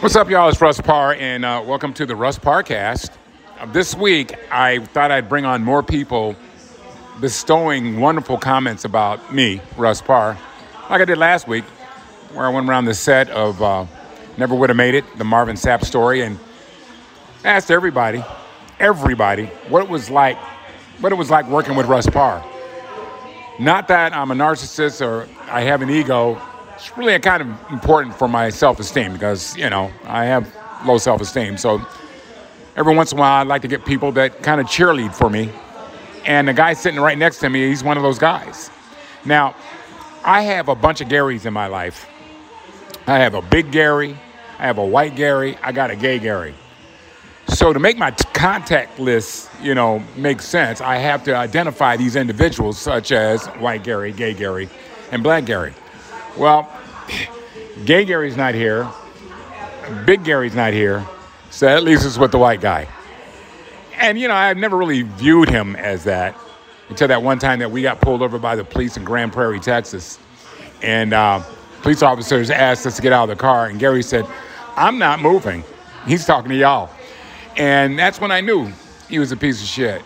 What's up, y'all? It's Russ Parr, and uh, welcome to the Russ Parcast. Uh, this week, I thought I'd bring on more people bestowing wonderful comments about me, Russ Parr, like I did last week, where I went around the set of uh, Never Would Have Made It, the Marvin Sapp story, and asked everybody, everybody, what it was like, what it was like working with Russ Parr. Not that I'm a narcissist or I have an ego. It's really kind of important for my self-esteem because you know I have low self-esteem. So every once in a while, I like to get people that kind of cheerlead for me. And the guy sitting right next to me, he's one of those guys. Now, I have a bunch of Garys in my life. I have a big Gary, I have a white Gary, I got a gay Gary. So to make my t- contact list, you know, make sense, I have to identify these individuals such as white Gary, gay Gary, and black Gary. Well, gay Gary's not here. Big Gary's not here. So at least it's with the white guy. And you know, I've never really viewed him as that until that one time that we got pulled over by the police in Grand Prairie, Texas. And uh, police officers asked us to get out of the car, and Gary said, "I'm not moving." He's talking to y'all. And that's when I knew he was a piece of shit.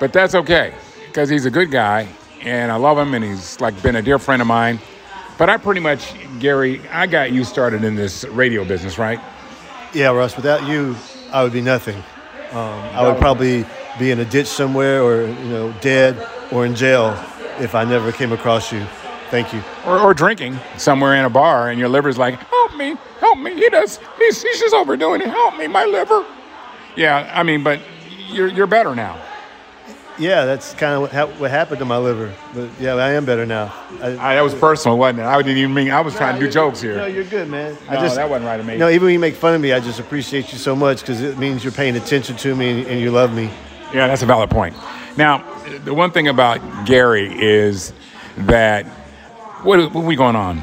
But that's okay, because he's a good guy, and I love him, and he's like been a dear friend of mine. But I pretty much, Gary, I got you started in this radio business, right? Yeah, Russ, without you, I would be nothing. Um, I would probably be in a ditch somewhere or, you know, dead or in jail if I never came across you. Thank you. Or, or drinking somewhere in a bar, and your liver's like, "Help me, help me!" He does. He's, he's just overdoing it. Help me, my liver. Yeah, I mean, but you're you're better now. Yeah, that's kind of what, hap- what happened to my liver. But yeah, I am better now. I, I, that was personal, wasn't it? I didn't even mean. I was trying to do jokes here. No, you're good, man. No, that wasn't right of me. No, even when you make fun of me, I just appreciate you so much because it means you're paying attention to me and, and you love me. Yeah, that's a valid point. Now, the one thing about Gary is that what, what are we going on?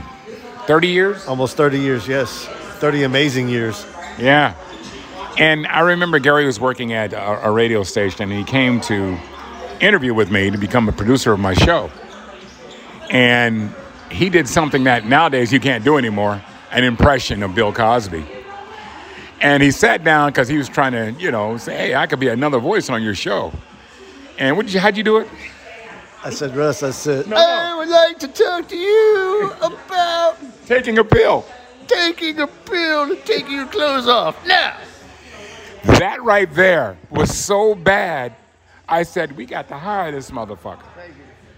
Thirty years? Almost 30 years, yes. 30 amazing years. Yeah. And I remember Gary was working at a, a radio station, and he came to interview with me to become a producer of my show. And he did something that nowadays you can't do anymore an impression of Bill Cosby. And he sat down because he was trying to, you know, say, hey, I could be another voice on your show. And what did you, how'd you do it? I said, Russ, I said, No, no. I would like to talk to you about Taking a pill. taking a pill to take your clothes off. Now, That right there was so bad, I said, we got to hire this motherfucker.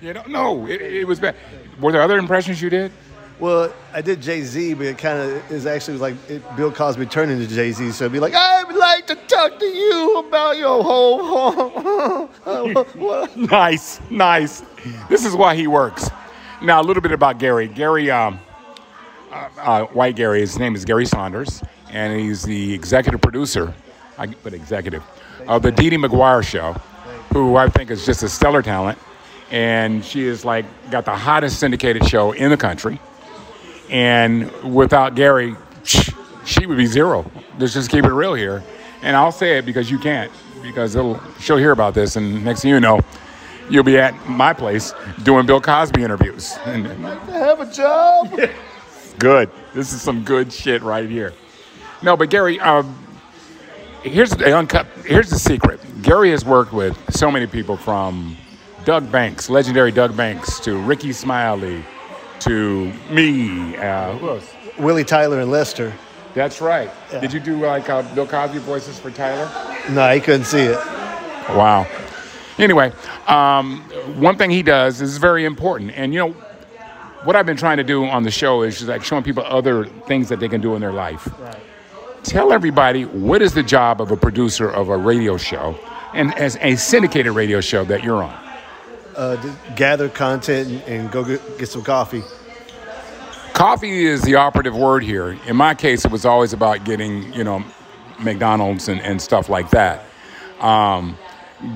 You know, no, it, it was bad. Were there other impressions you did? Well, I did Jay Z, but it kind of is actually like it, Bill Cosby turned into Jay Z. So it'd be like, I would like to talk to you about your whole. whole Nice, nice. This is why he works. Now, a little bit about Gary. Gary, um, uh, uh, white Gary, his name is Gary Saunders, and he's the executive producer, I but executive, of the Dee Dee McGuire Show, who I think is just a stellar talent. And she is like, got the hottest syndicated show in the country. And without Gary, she would be zero. Let's just keep it real here. And I'll say it because you can't, because it'll, she'll hear about this, and next thing you know, you'll be at my place doing Bill Cosby interviews. And I have a job. good. This is some good shit right here. No, but Gary, um, here's the uncut. Here's the secret. Gary has worked with so many people from Doug Banks, legendary Doug Banks, to Ricky Smiley, to me. Uh, who else? Willie Tyler and Lester. That's right. Did you do like uh, Bill Cosby voices for Tyler? No, he couldn't see it. Wow. Anyway, um, one thing he does is very important. And, you know, what I've been trying to do on the show is just like showing people other things that they can do in their life. Tell everybody what is the job of a producer of a radio show and as a syndicated radio show that you're on. Uh, to gather content and, and go get, get some coffee. coffee is the operative word here. In my case, it was always about getting, you know, McDonald's and, and stuff like that. Um,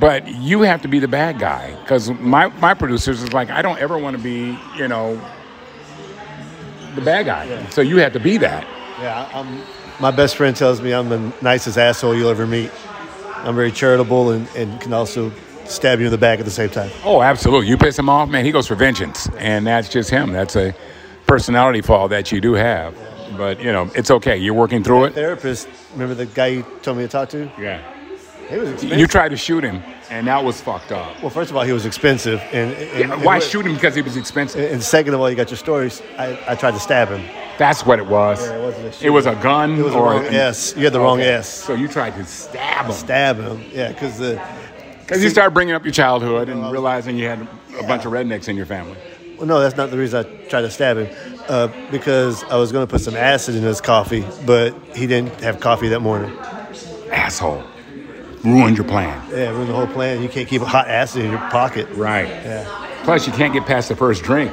but you have to be the bad guy because my, my producers is like, I don't ever want to be, you know, the bad guy. So you have to be that. Yeah, I- I'm, my best friend tells me I'm the nicest asshole you'll ever meet. I'm very charitable and, and can also stab you in the back at the same time. Oh, absolutely. You piss him off, man, he goes for vengeance. And that's just him. That's a personality flaw that you do have. But, you know, it's okay. You're working through it. Therapist, remember the guy you told me to talk to? Yeah. He was expensive. You tried to shoot him, and that was fucked up. well, first of all, he was expensive, and, and- and Why what- shoot him because he was expensive? And second of all, you got your stories. I, I tried to stab him. That's what it was. Yeah, it wasn't a It shooting. was a gun It was the or wrong S. You had the wrong S. So you tried to stab him. Stab him. Yeah, because the Because you started bringing up your childhood and realizing you had a bunch of rednecks in your family. Well, no, that's not the reason I tried to stab him. Uh, because I was going to put some acid in his coffee, but he didn't have coffee that morning. Asshole. Ruined your plan. Yeah, ruined the whole plan. You can't keep hot acid in your pocket. Right. Yeah. Plus, you can't get past the first drink.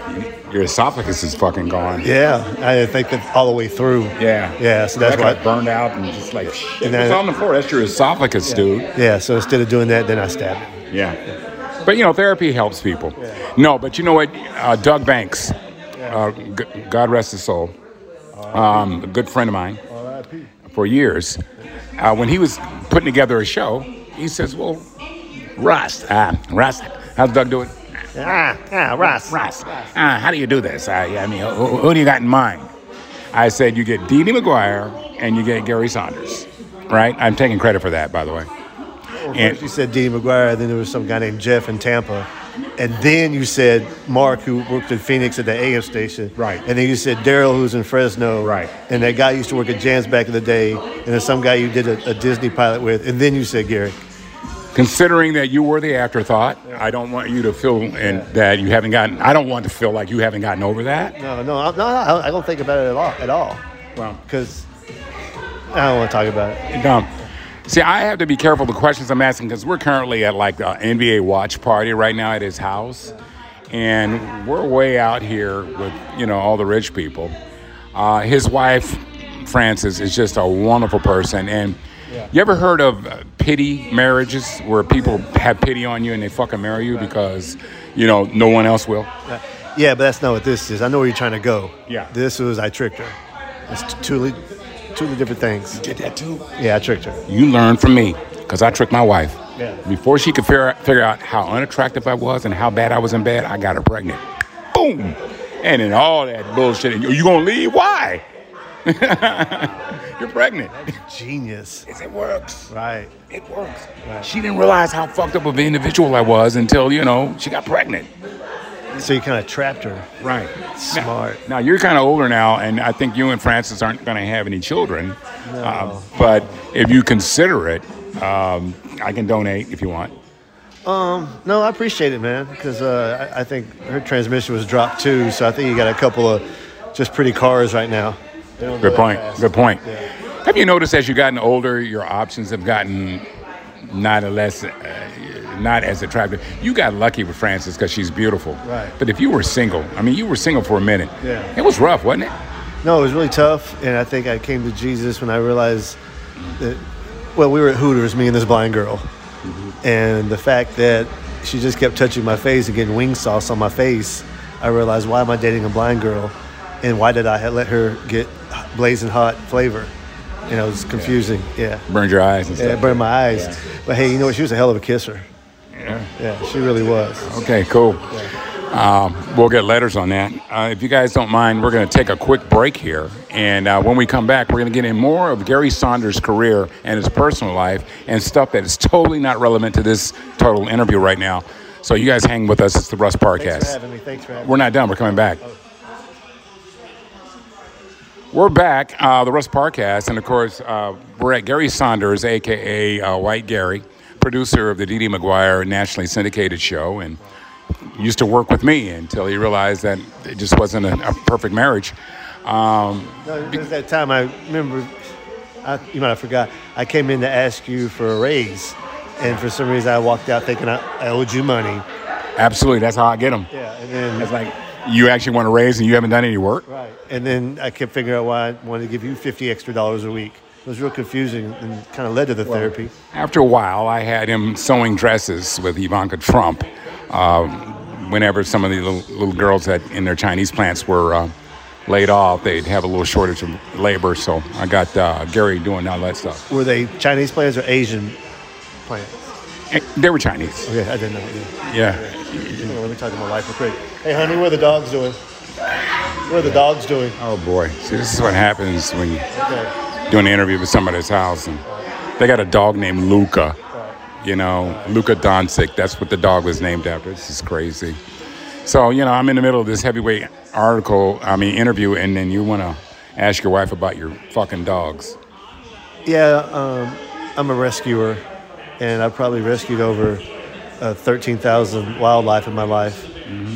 Your esophagus is fucking gone. Yeah, I didn't think that all the way through. Yeah. Yeah, so that's That got why. burned out and just like, shit. And it's then- on the floor. That's your esophagus, dude. Yeah, so instead of doing that, then I stabbed him. Yeah. But, you know, therapy helps people. No, but you know what? Uh, Doug Banks, uh, g- God rest his soul, um, a good friend of mine for years, uh, when he was putting together a show, he says, Well, Russ, uh, Russ, how's Doug doing? Ah, ah, Ross. Russ, uh, how do you do this? I, I mean, who, who do you got in mind? I said, You get Dee Dee McGuire and you get Gary Saunders, right? I'm taking credit for that, by the way. And- First you said Dee McGuire, then there was some guy named Jeff in Tampa. And then you said Mark, who worked in Phoenix at the AM station. Right. And then you said Daryl, who's in Fresno. Right. And that guy used to work at Jan's back in the day. And then some guy you did a, a Disney pilot with. And then you said Gary. considering that you were the afterthought i don't want you to feel and that you haven't gotten i don't want to feel like you haven't gotten over that No, no, I, no, I I don't think about it at all. At all. well Because I don't want to talk about it. dumb see i have to be careful the questions i'm asking because we're currently at like an nba watch party right now at his house and we're way out here with you know all the rich people uh, his wife frances is just a wonderful person and you ever heard of uh, pity marriages where people have pity on you and they fucking marry you because you know no one else will Yeah, but that's not what this is. I know where you're trying to go. Yeah. This was I tricked her. It's t- two, le- two different things. Did that too. Yeah, I tricked her. You learned from me because I tricked my wife. Yeah. Before she could figure, figure out how unattractive I was and how bad I was in bed, I got her pregnant. Boom. And then all that bullshit. And you, you gonna leave? Why? You're pregnant. Genius. Yes, it works. Right. It works. Right. She didn't realize how fucked up of an individual I was until, you know, she got pregnant. So you kind of trapped her. Right. Smart. Now, you're kind of older now, and I think you and Francis aren't going to have any children. Uh, but if you consider it, um, I can donate if you want. No, I appreciate it, man, because uh, I, I think her transmission was dropped too. So I think you got a couple of just pretty cars right now. They don't go Good that point. fast. Good point. Yeah. Have you noticed as you've gotten older, your options have gotten not a less, uh, not as attractive? You got lucky with Frances because she's beautiful. Right. But if you were single, I mean, you were single for a minute. Yeah. It was rough, wasn't it? No, it was really tough, and I think I came to Jesus when I realized that. Well, we were at Hooters, me and this blind girl, Mm-hmm. and the fact that she just kept touching my face and getting wing sauce on my face, I realized why am I dating a blind girl, and why did I ha- let her get blazing hot flavor? You know, it was confusing. Yeah. Burned your eyes and Yeah, it stuff. burned my eyes. But hey, you know what? She was a hell of a kisser. Yeah. Yeah, she really was. Okay, cool. Um, we'll get letters on that. Uh, if you guys don't mind, we're going to take a quick break here. And uh, when we come back, we're going to get in more of Gary Saunders' career and his personal life and stuff that is totally not relevant to this total interview right now. So you guys hang with us. It's the Russ Thanks for Parcast. having me. Thanks for having me. We're not done. We're coming back. We're back, uh, the Russ Parcast, and of course, uh, we're at Gary Saunders, aka uh, White Gary, producer of the D.D. McGuire nationally syndicated show, and used to work with me until he realized that it just wasn't a, a perfect marriage. Um, No, it was that time I remember, I, you might have forgot, I came in to ask you for a raise. And for some reason, I walked out thinking I, I owed you money. absolutely, that's how I get him. Yeah, and then It's like, you actually want to raise and you haven't done any work. Right. And then I kept figuring out why I wanted to give you 50 extra dollars a week. It was real confusing and kind of led to the therapy. After a while, I had him sewing dresses with Ivanka Trump. Uh, whenever some of the little, little girls that in their Chinese plants were uh, laid off, they'd have a little shortage of labor. So I got uh, Gary doing all that stuff. Were they Chinese plants or Asian plants? And they were Chinese. Okay, I didn't know. Yeah. Yeah. Anyway, let me talk to my wife real quick. Hey, honey, what are the dogs doing? What are the dogs doing? Oh boy. See, this is what happens when you Okay. do an interview with somebody's house, and they got a dog named Luca. You know, Luca Doncic. That's what the dog was named after. This is crazy. So you know, I'm in the middle of this heavyweight article. I mean, interview, and then you want to ask your wife about your fucking dogs. Yeah, um, I'm a rescuer, and I probably rescued over uh, 13,000 wildlife in my life.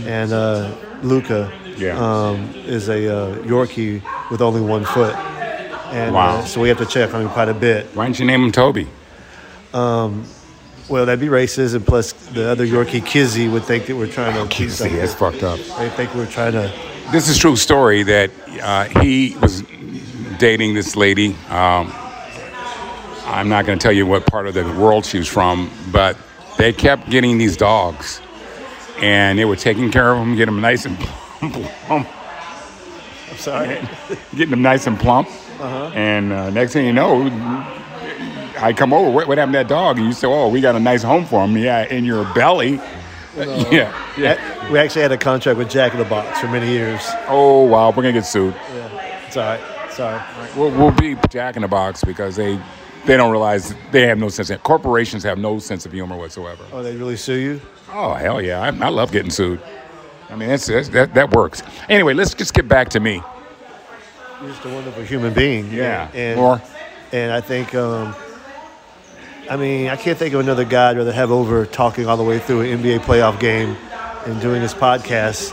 And uh, Luca Yeah. um, is a uh, Yorkie with only one foot. And Wow. uh, so we have to check on him quite a bit. Why didn't you name him Toby? Well, that'd be racism. Plus, the other Yorkie Kizzy would think that we're trying to. do See, something. that's fucked up. They think we're trying to. This is true story that uh, he was dating this lady. Um, I'm not going to tell you what part of the world she was from, but they kept getting these dogs, and they were taking care of them, getting them nice and plump, I'm sorry. getting them nice and plump. And uh, next thing you know, I come over. What, what happened to that dog? And you say, "Oh, we got a nice home for him." Yeah, in your belly. Yeah, yeah. We actually had a contract with Jack in the Box for many years. Oh wow, we're gonna get sued. It's all right. It's all right. We'll, we'll be Jack in the Box because they they don't realize they have no sense. Of, corporations have no sense of humor whatsoever. Oh, they really sue you? Oh hell yeah, I, I love getting sued. I mean that's, that's that that works. Anyway, let's just get back to me. You're just a wonderful human being. Yeah. And, Or- and I think, um, I mean, I can't think of another guy I'd rather have over talking all the way through an NBA playoff game and doing this podcast.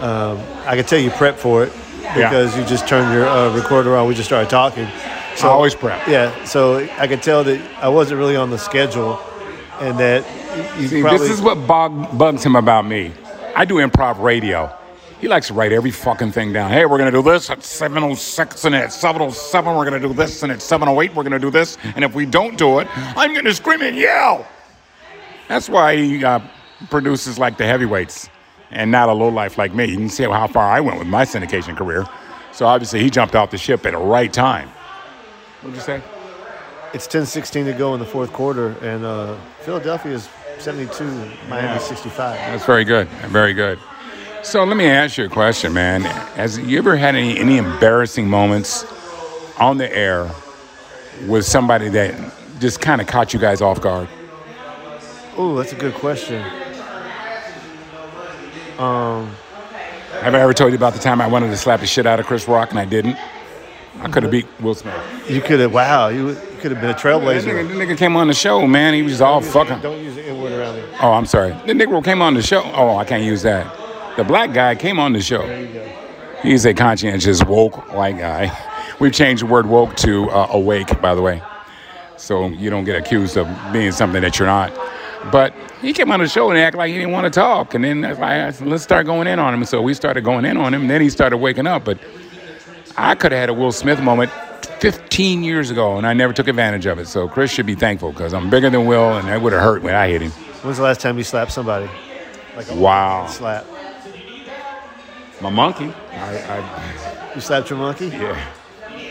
Um, I can tell you prep for it Mm-hmm. Yeah. because you just turned your uh, recorder on. We just started talking. I always prep. Yeah. So I could tell that I wasn't really on the schedule and that you See, probably. this is what bog, bugs him about me. I do improv radio. He likes to write every fucking thing down. Hey, we're gonna do this at 706 and at 707 we're gonna do this and at 708 we're gonna do this. And if we don't do it, I'm gonna scream and yell. That's why he uh, produces like the heavyweights and not a lowlife like me. You can see how far I went with my syndication career. So obviously he jumped off the ship at the right time. What'd you say? It's 10 16 to go in the fourth quarter, and uh, Philadelphia is 72, Miami Yeah. 65. That's very good. Very good. So let me ask you a question, man. Has you ever had any, any embarrassing moments on the air with somebody that just kind of caught you guys off guard? Oh, that's a good question. Have I ever told you about the time I wanted to slap the shit out of Chris Rock and I didn't? I could have beat Will Smith. You could have, wow, you, you could have been a That trailblazer. nigga, that nigga came on the show, man. He was all fucking. Don't use the N word around me. Oh, I'm sorry. The nigga came on the show. Oh, I can't use that. The black guy came on the show. He's a conscientious woke white guy. We've changed the word woke to uh, awake, by the way, so you don't get accused of being something that you're not. But he came on the show and acted like he didn't want to talk, and then I was like, I said, let's start going in on him. So we started going in on him, and then he started waking up. But I could have had a Will Smith moment 15 years ago, and I never took advantage of it. So Chris should be thankful because I'm bigger than Will, and that would have hurt when I hit him. When's the last time you slapped somebody? Wow. Slap. My monkey. I, I, You slapped your monkey? yeah.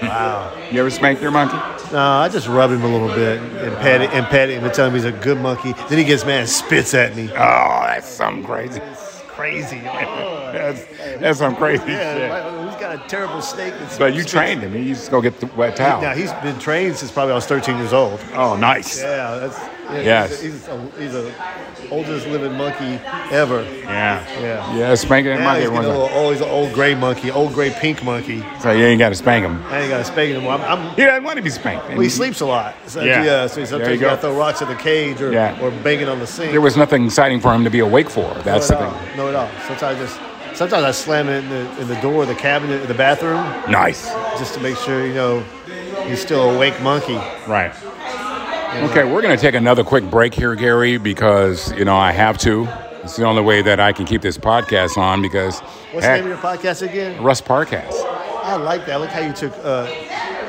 Wow. You ever smanked your monkey? No, I just rub him a little bit and pat, it, and pat him and tell him he's a good monkey. Then he gets mad and spits at me. Oh, that's some crazy. Crazy. that's, that's some crazy shit. who's got a terrible snake? That's But you trained him. He used to go get the wet towel. Now, he's been trained since probably I was 13 years old. oh, nice. Yeah, that's yeah, Yes. He's, he's, a, he's a oldest living monkey ever. Yeah. Yeah. Yeah, spanking that Now monkey he's, at one getting a time. little old, he's an old gray monkey, old gray pink monkey. So you ain't got to spank him. I ain't got to spank him. I'm, I'm, He doesn't want to be spanked. well, he sleeps a lot. So, Yeah. yeah. So There you sometimes you, go. got to throw rocks at the cage or, Yeah. or banging on the sink. There was nothing exciting for him to be awake for. no That's at the all. thing. No at all. Sometimes I just sometimes I slam it in the in the door, of the cabinet, of the bathroom, Nice. just to make sure you know he's still awake monkey. Right. Okay, we're going to take another quick break here, Gary, because, you know, I have to. It's the only way that I can keep this podcast on because What's heck, the name of your podcast again? Russ Parcast. I like that. I like how you took uh,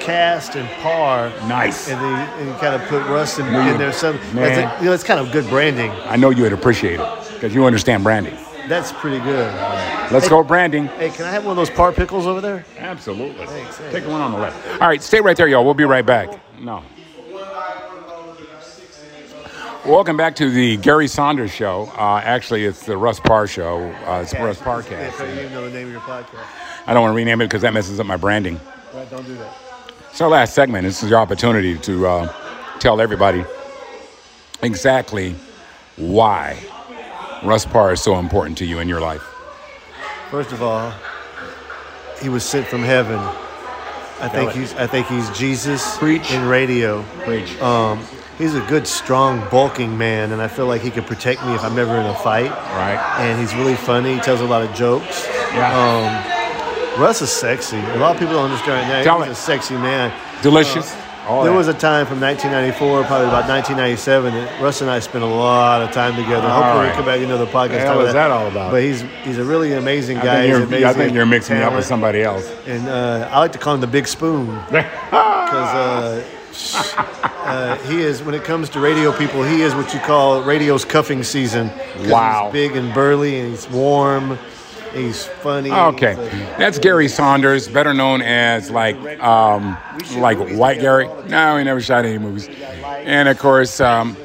cast and par. Nice. And then and you kind of put Russ in, in there. Some that's, Man. a- you know, that's kind of good branding. I know you would appreciate it because you understand branding. That's pretty good. Let's go branding. Hey, can I have one of those par pickles over there? Absolutely. Thanks, hey. Take one on the left. All right, stay right there, y'all. We'll be right back. No. Welcome back to the Gary Saunders Show. Uh, actually, it's the Russ Parr Show. Uh, it's Russ Yeah, Parcast. so you know the name of your podcast. I don't want to rename it because that messes up my branding. Right, don't do that. It's our last segment. This is your opportunity to uh, tell everybody exactly why Russ Parr is so important to you in your life. First of all, he was sent from heaven. I think it. he's I think he's Jesus Preach. in radio. Preach. Um, he's a good, strong, bulking man, and I feel like he could protect me if I'm ever in a fight. Right. And he's really funny. He tells a lot of jokes. Yeah. Russ is sexy. A lot of people don't understand that. Tell he's it. a sexy man. Delicious. All there that. was a time from 1994, probably about 1997, that Russ and I spent a lot of time together. All Hopefully, right. we come back into the podcast. The hell talk is that all about? But he's he's a really amazing I guy. think He's you're- amazing I think you're mixing me up with talent. somebody else. And uh, I like to call him the Big Spoon. because uh, sh- uh, he is when it comes to radio people he is what you call radio's cuffing season 'Cause Wow. he's big and burly and he's warm he's funny Okay, He's a- that's Gary Saunders, better known as like um, like White Gary. No, he never shot any movies. And of course, um,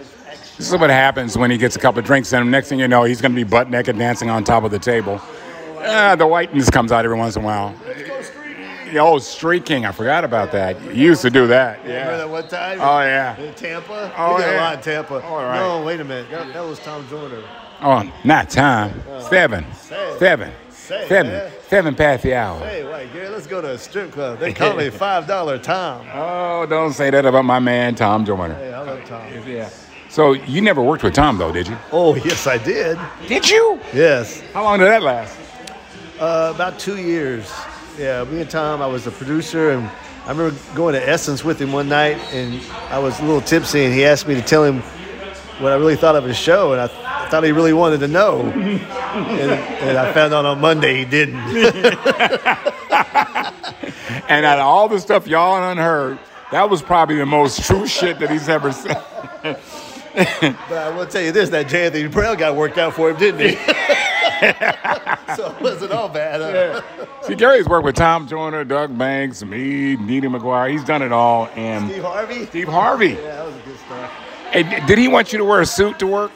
this is what happens when he gets a couple of drinks in him. Next thing you know, he's going to be butt naked dancing on top of the table. Uh, the whiteness comes out every once in a while. Oh, streaking! I forgot about that. You used to do that. remember Yeah. that one time Oh, yeah. in Tampa Oh, we got yeah. a lot in Tampa All right. no wait a minute that, that was Tom Joyner Oh, not time. Seven, Say. seven, Say, seven, man. seven past the hour. hey wait Gary let's go to a strip club they call me five dollar Tom Oh, don't say that about my man Tom Joyner. hey I love Tom Yeah. So you never worked with Tom though, did you? oh yes I did Did you? yes How long did that last? Uh, about two years. Yeah, me and Tom, I was the producer, and I remember going to Essence with him one night, and I was a little tipsy, and he asked me to tell him what I really thought of his show, and I, th- I thought he really wanted to know. and, and I found out on Monday he didn't. And out of all the stuff y'all done heard, that was probably the most true shit that he's ever said. but I will tell you this that J. Anthony Brown got worked out for him, didn't he? so it wasn't all bad. huh? See, Gary's worked with Tom Joyner, Doug Banks, me, Nita McGuire. He's done it all. And Steve Harvey? Steve Harvey. Yeah, that was a good start. And did he want you to wear a suit to work?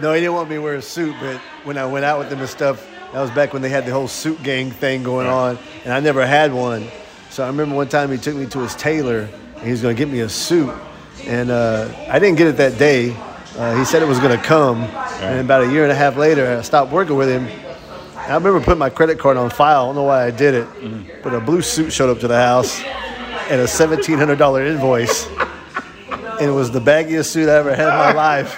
No, he didn't want me to wear a suit, but when I went out with them and stuff, that was back when they had the whole suit gang thing going on, and I never had one. So I remember one time he took me to his tailor, and he was going to get me a suit, and uh, I didn't get it that day. Uh, he said it was going to come, and about a year and a half later, I stopped working with him. I remember putting my credit card on file. I don't know why I did it, but a blue suit showed up to the house and a seventeen hundred dollar invoice, and it was the baggiest suit I ever had in my life.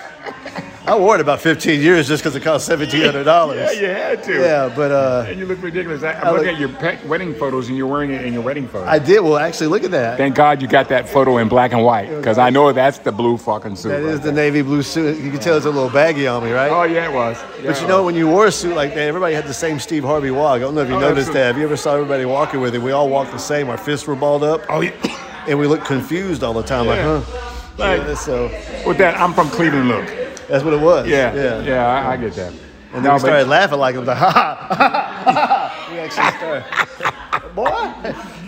I wore it about 15 years just because it cost $1,700. yeah, had to. but uh, And you look ridiculous. I, I'm I looking look- at your pet wedding photos and you're wearing it in your wedding photo. I did. Well, actually, look at that. Thank God you got that photo in black and white because I know that's the blue fucking suit. That right is the there. navy blue suit. You can tell it's a little baggy on me, right? Oh, yeah, it was. Yeah, But it you know, was. when you wore a suit like that, everybody had the same Steve Harvey walk. I don't know if you Oh, noticed absolutely. that. Have you ever saw everybody walking with it? We all walked the same. Our fists were balled up, Oh, yeah. and we looked confused all the time. Yeah. Like, huh? Like- Yeah, so With that, I'm from Cleveland look. that's what it was. Yeah, yeah. yeah, I, I get that. And then No, we but- started laughing like it was like, ha ha, ha ha. We actually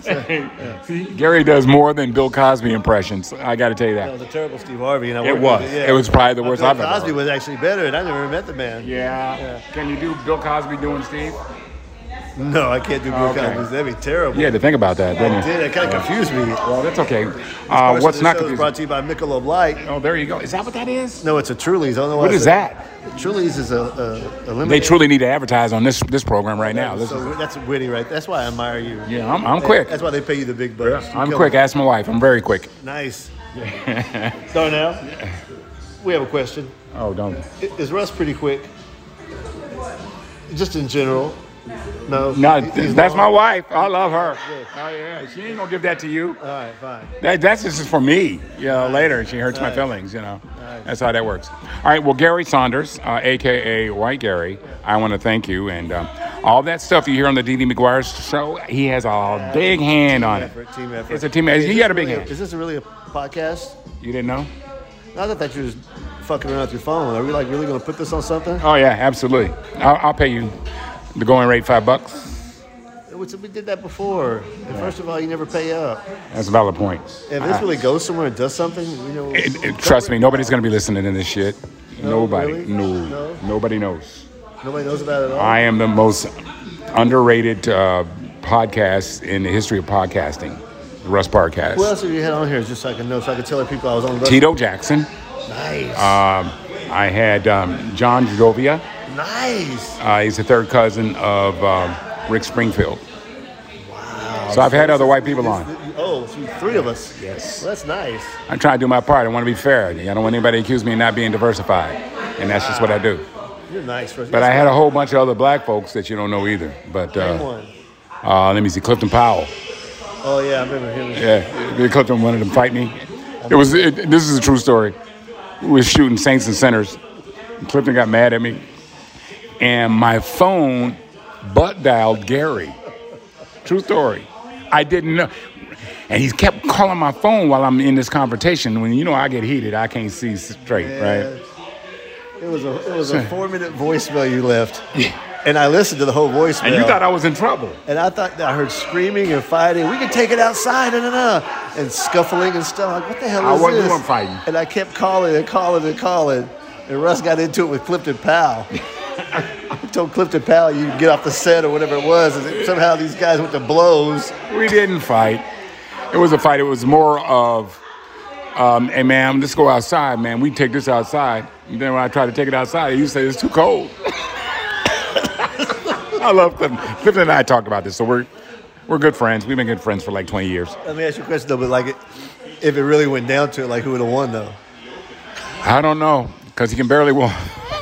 started, boy. See, Gary does more than Bill Cosby impressions. I got to tell you That that. was a terrible Steve Harvey. And I It worked was. with It was probably the worst Bill I've ever Cosby heard. was actually better, and I never met the man. Yeah. Can you do Bill Cosby doing Steve? No, I can't do Bill Okay. Cosby. That'd be terrible. You had to think about that, I didn't you? did. That kind of confused me. Well, that's okay. Parts Uh, of what's the not show is confusing? brought to you by Michelob Light. Oh, there you go. Is that what that is? No, it's a Truly's. I don't know why What I is said- that? Truly's is a, a, a lemonade. They truly need to advertise on this this program right now. This So is- that's witty, right? That's why I admire you. yeah, I'm, I'm quick. That's why they pay you the big bucks. You I'm kill quick. them. Ask my wife. I'm very quick. Nice. Darnell, we have a question. Oh, don't. I- Is Russ pretty quick? Just in general. No. No, He- he's that's not- my wife. I love her. Oh yeah, she ain't gonna give that to you. All right, fine. That, that's this is for me. You know, later she hurts my feelings. You know, that's how that works. All right. Well, Gary Saunders, uh, aka White Gary, I want to thank you and um, all that stuff you hear on the D.D. McGuire show. He has a big hand on it. Effort, team effort. It's a team effort. Is You this got a big really hand. Is this really a podcast? You didn't know? Not that, that you're just fucking around with your phone. Are we like really gonna put this on something? Oh yeah, absolutely. I'll, I'll pay you the going rate five bucks. Which we did that before. And first of all, you never pay up. That's a valid point. If this really goes somewhere and does something, you know. Uh-huh. It, it- trust me, nobody's gonna be listening to this shit. No, Nobody. really? No, No? Nobody knows. Nobody knows about it at all. I am the most underrated uh, podcast in the history of podcasting, the Russ Podcast. Who else have you had on here just so I can know, so I can tell the people I was on the list? Tito Jackson. Nice. Um, I had um, John Jovia. nice. Uh, he's the third cousin of um, Rick Springfield. Wow. So I've had other white people on. Oh, so you- three of us. Yes. Well, that's nice. I'm trying to do my part. I want to be fair. I don't want anybody to accuse me of not being diversified. And that's just what I do. You're nice, Russ. But I That's had a whole bunch of other black folks that you don't know either. But the same uh, one. uh, let me see, Clifton Powell. Oh yeah, I remember him. Yeah, they clipped him, wanted to fight me. It was. It, this is a true story. We were shooting Saints and Sinners. Clifton got mad at me, and my phone butt dialed Gary. True story. I didn't know, and he kept calling my phone while I'm in this confrontation. When you know I get heated, I can't see straight, right? It was a it was a four minute voicemail you left. And I listened to the whole voicemail. And you thought I was in trouble. And I thought that I heard screaming and fighting. We can take it outside, and and scuffling and stuff. Like, what the hell I is wasn't this? doing fighting. And I kept calling and calling and calling. And Russ got into it with Clifton Powell. I told Clifton Powell you can get off the set or whatever it was. And somehow these guys went to blows. We didn't fight. It was a fight. It was more of, um, hey, ma'am, let's go outside, man. We take this outside. And then when I tried to take it outside, you say it's too cold. I love Clifton. Clifton and I talked about this, so we're, we're good friends. We've been good friends for like 20 years. Let me ask you a question though, but like, it, if it really went down to it, like who would have won though? I don't know, because he can barely walk.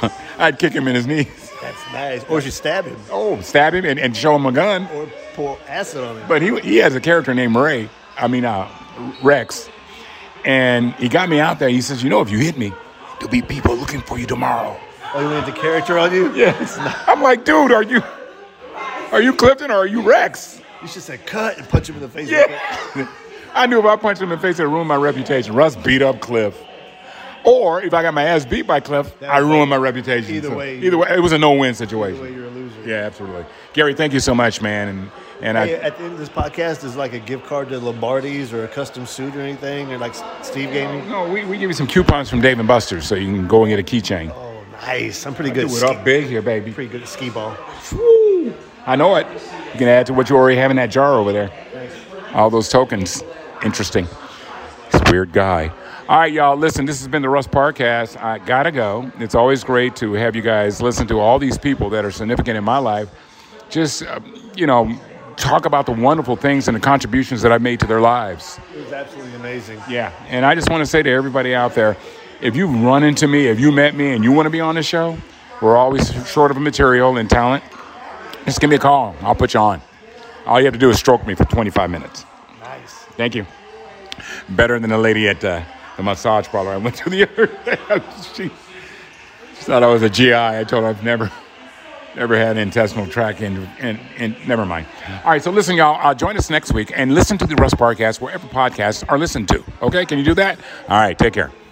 I'd kick him in his knees. That's nice. Or you stab him, Oh, stab him and, and show him a gun. or pour acid on him. But he he has a character named Ray. I mean, uh, Rex. And he got me out there. He says, "You know, if you hit me, there'll be people looking for you tomorrow." Oh, you went into character on you. Yes. I'm like, dude, are you are you Clifton or are you Rex? You should say cut and punch him in the face. Yeah. I knew if I punched him in the face, it ruined my reputation. Russ beat up Cliff. Or if I got my ass beat by Cliff, I was ruined like- my reputation. either So, way- either way, it was a no-win The way situation. you're a loser. Yeah, absolutely. Gary, thank you so much, man. And and I, Hey, at the end of this podcast, is like a gift card to Lombardi's or a custom suit or anything, or like Steve gave me. no, we, we give you some coupons from Dave and Buster's, so you can go and get a keychain. Oh, nice! I'm pretty good. We're at ski- up big here, baby. pretty good at skee ball. Woo. I know it. You can add to what you already have in that jar over there. All those tokens. Interesting. This weird guy. All right, y'all. Listen, this has been the Russ Parcast. I gotta go. It's always great to have you guys listen to all these people that are significant in my life. Just, uh, you know, talk about the wonderful things and the contributions that I've made to their lives. It was absolutely amazing. Yeah, and I just want to say to everybody out there, if you run into me, if you met me, and you want to be on the show, we're always short of material and talent. Just give me a call. I'll put you on. All you have to do is stroke me for 25 minutes. Nice. Thank you. Better than the lady at uh, the massage parlor I went to the other day. she, she thought I was a GI. I told her I've never, never had intestinal tract and in, in, never mind. All right, so listen, y'all. Uh, join us next week and listen to the Russ Podcast wherever podcasts are listened to. Okay, can you do that? All right, take care.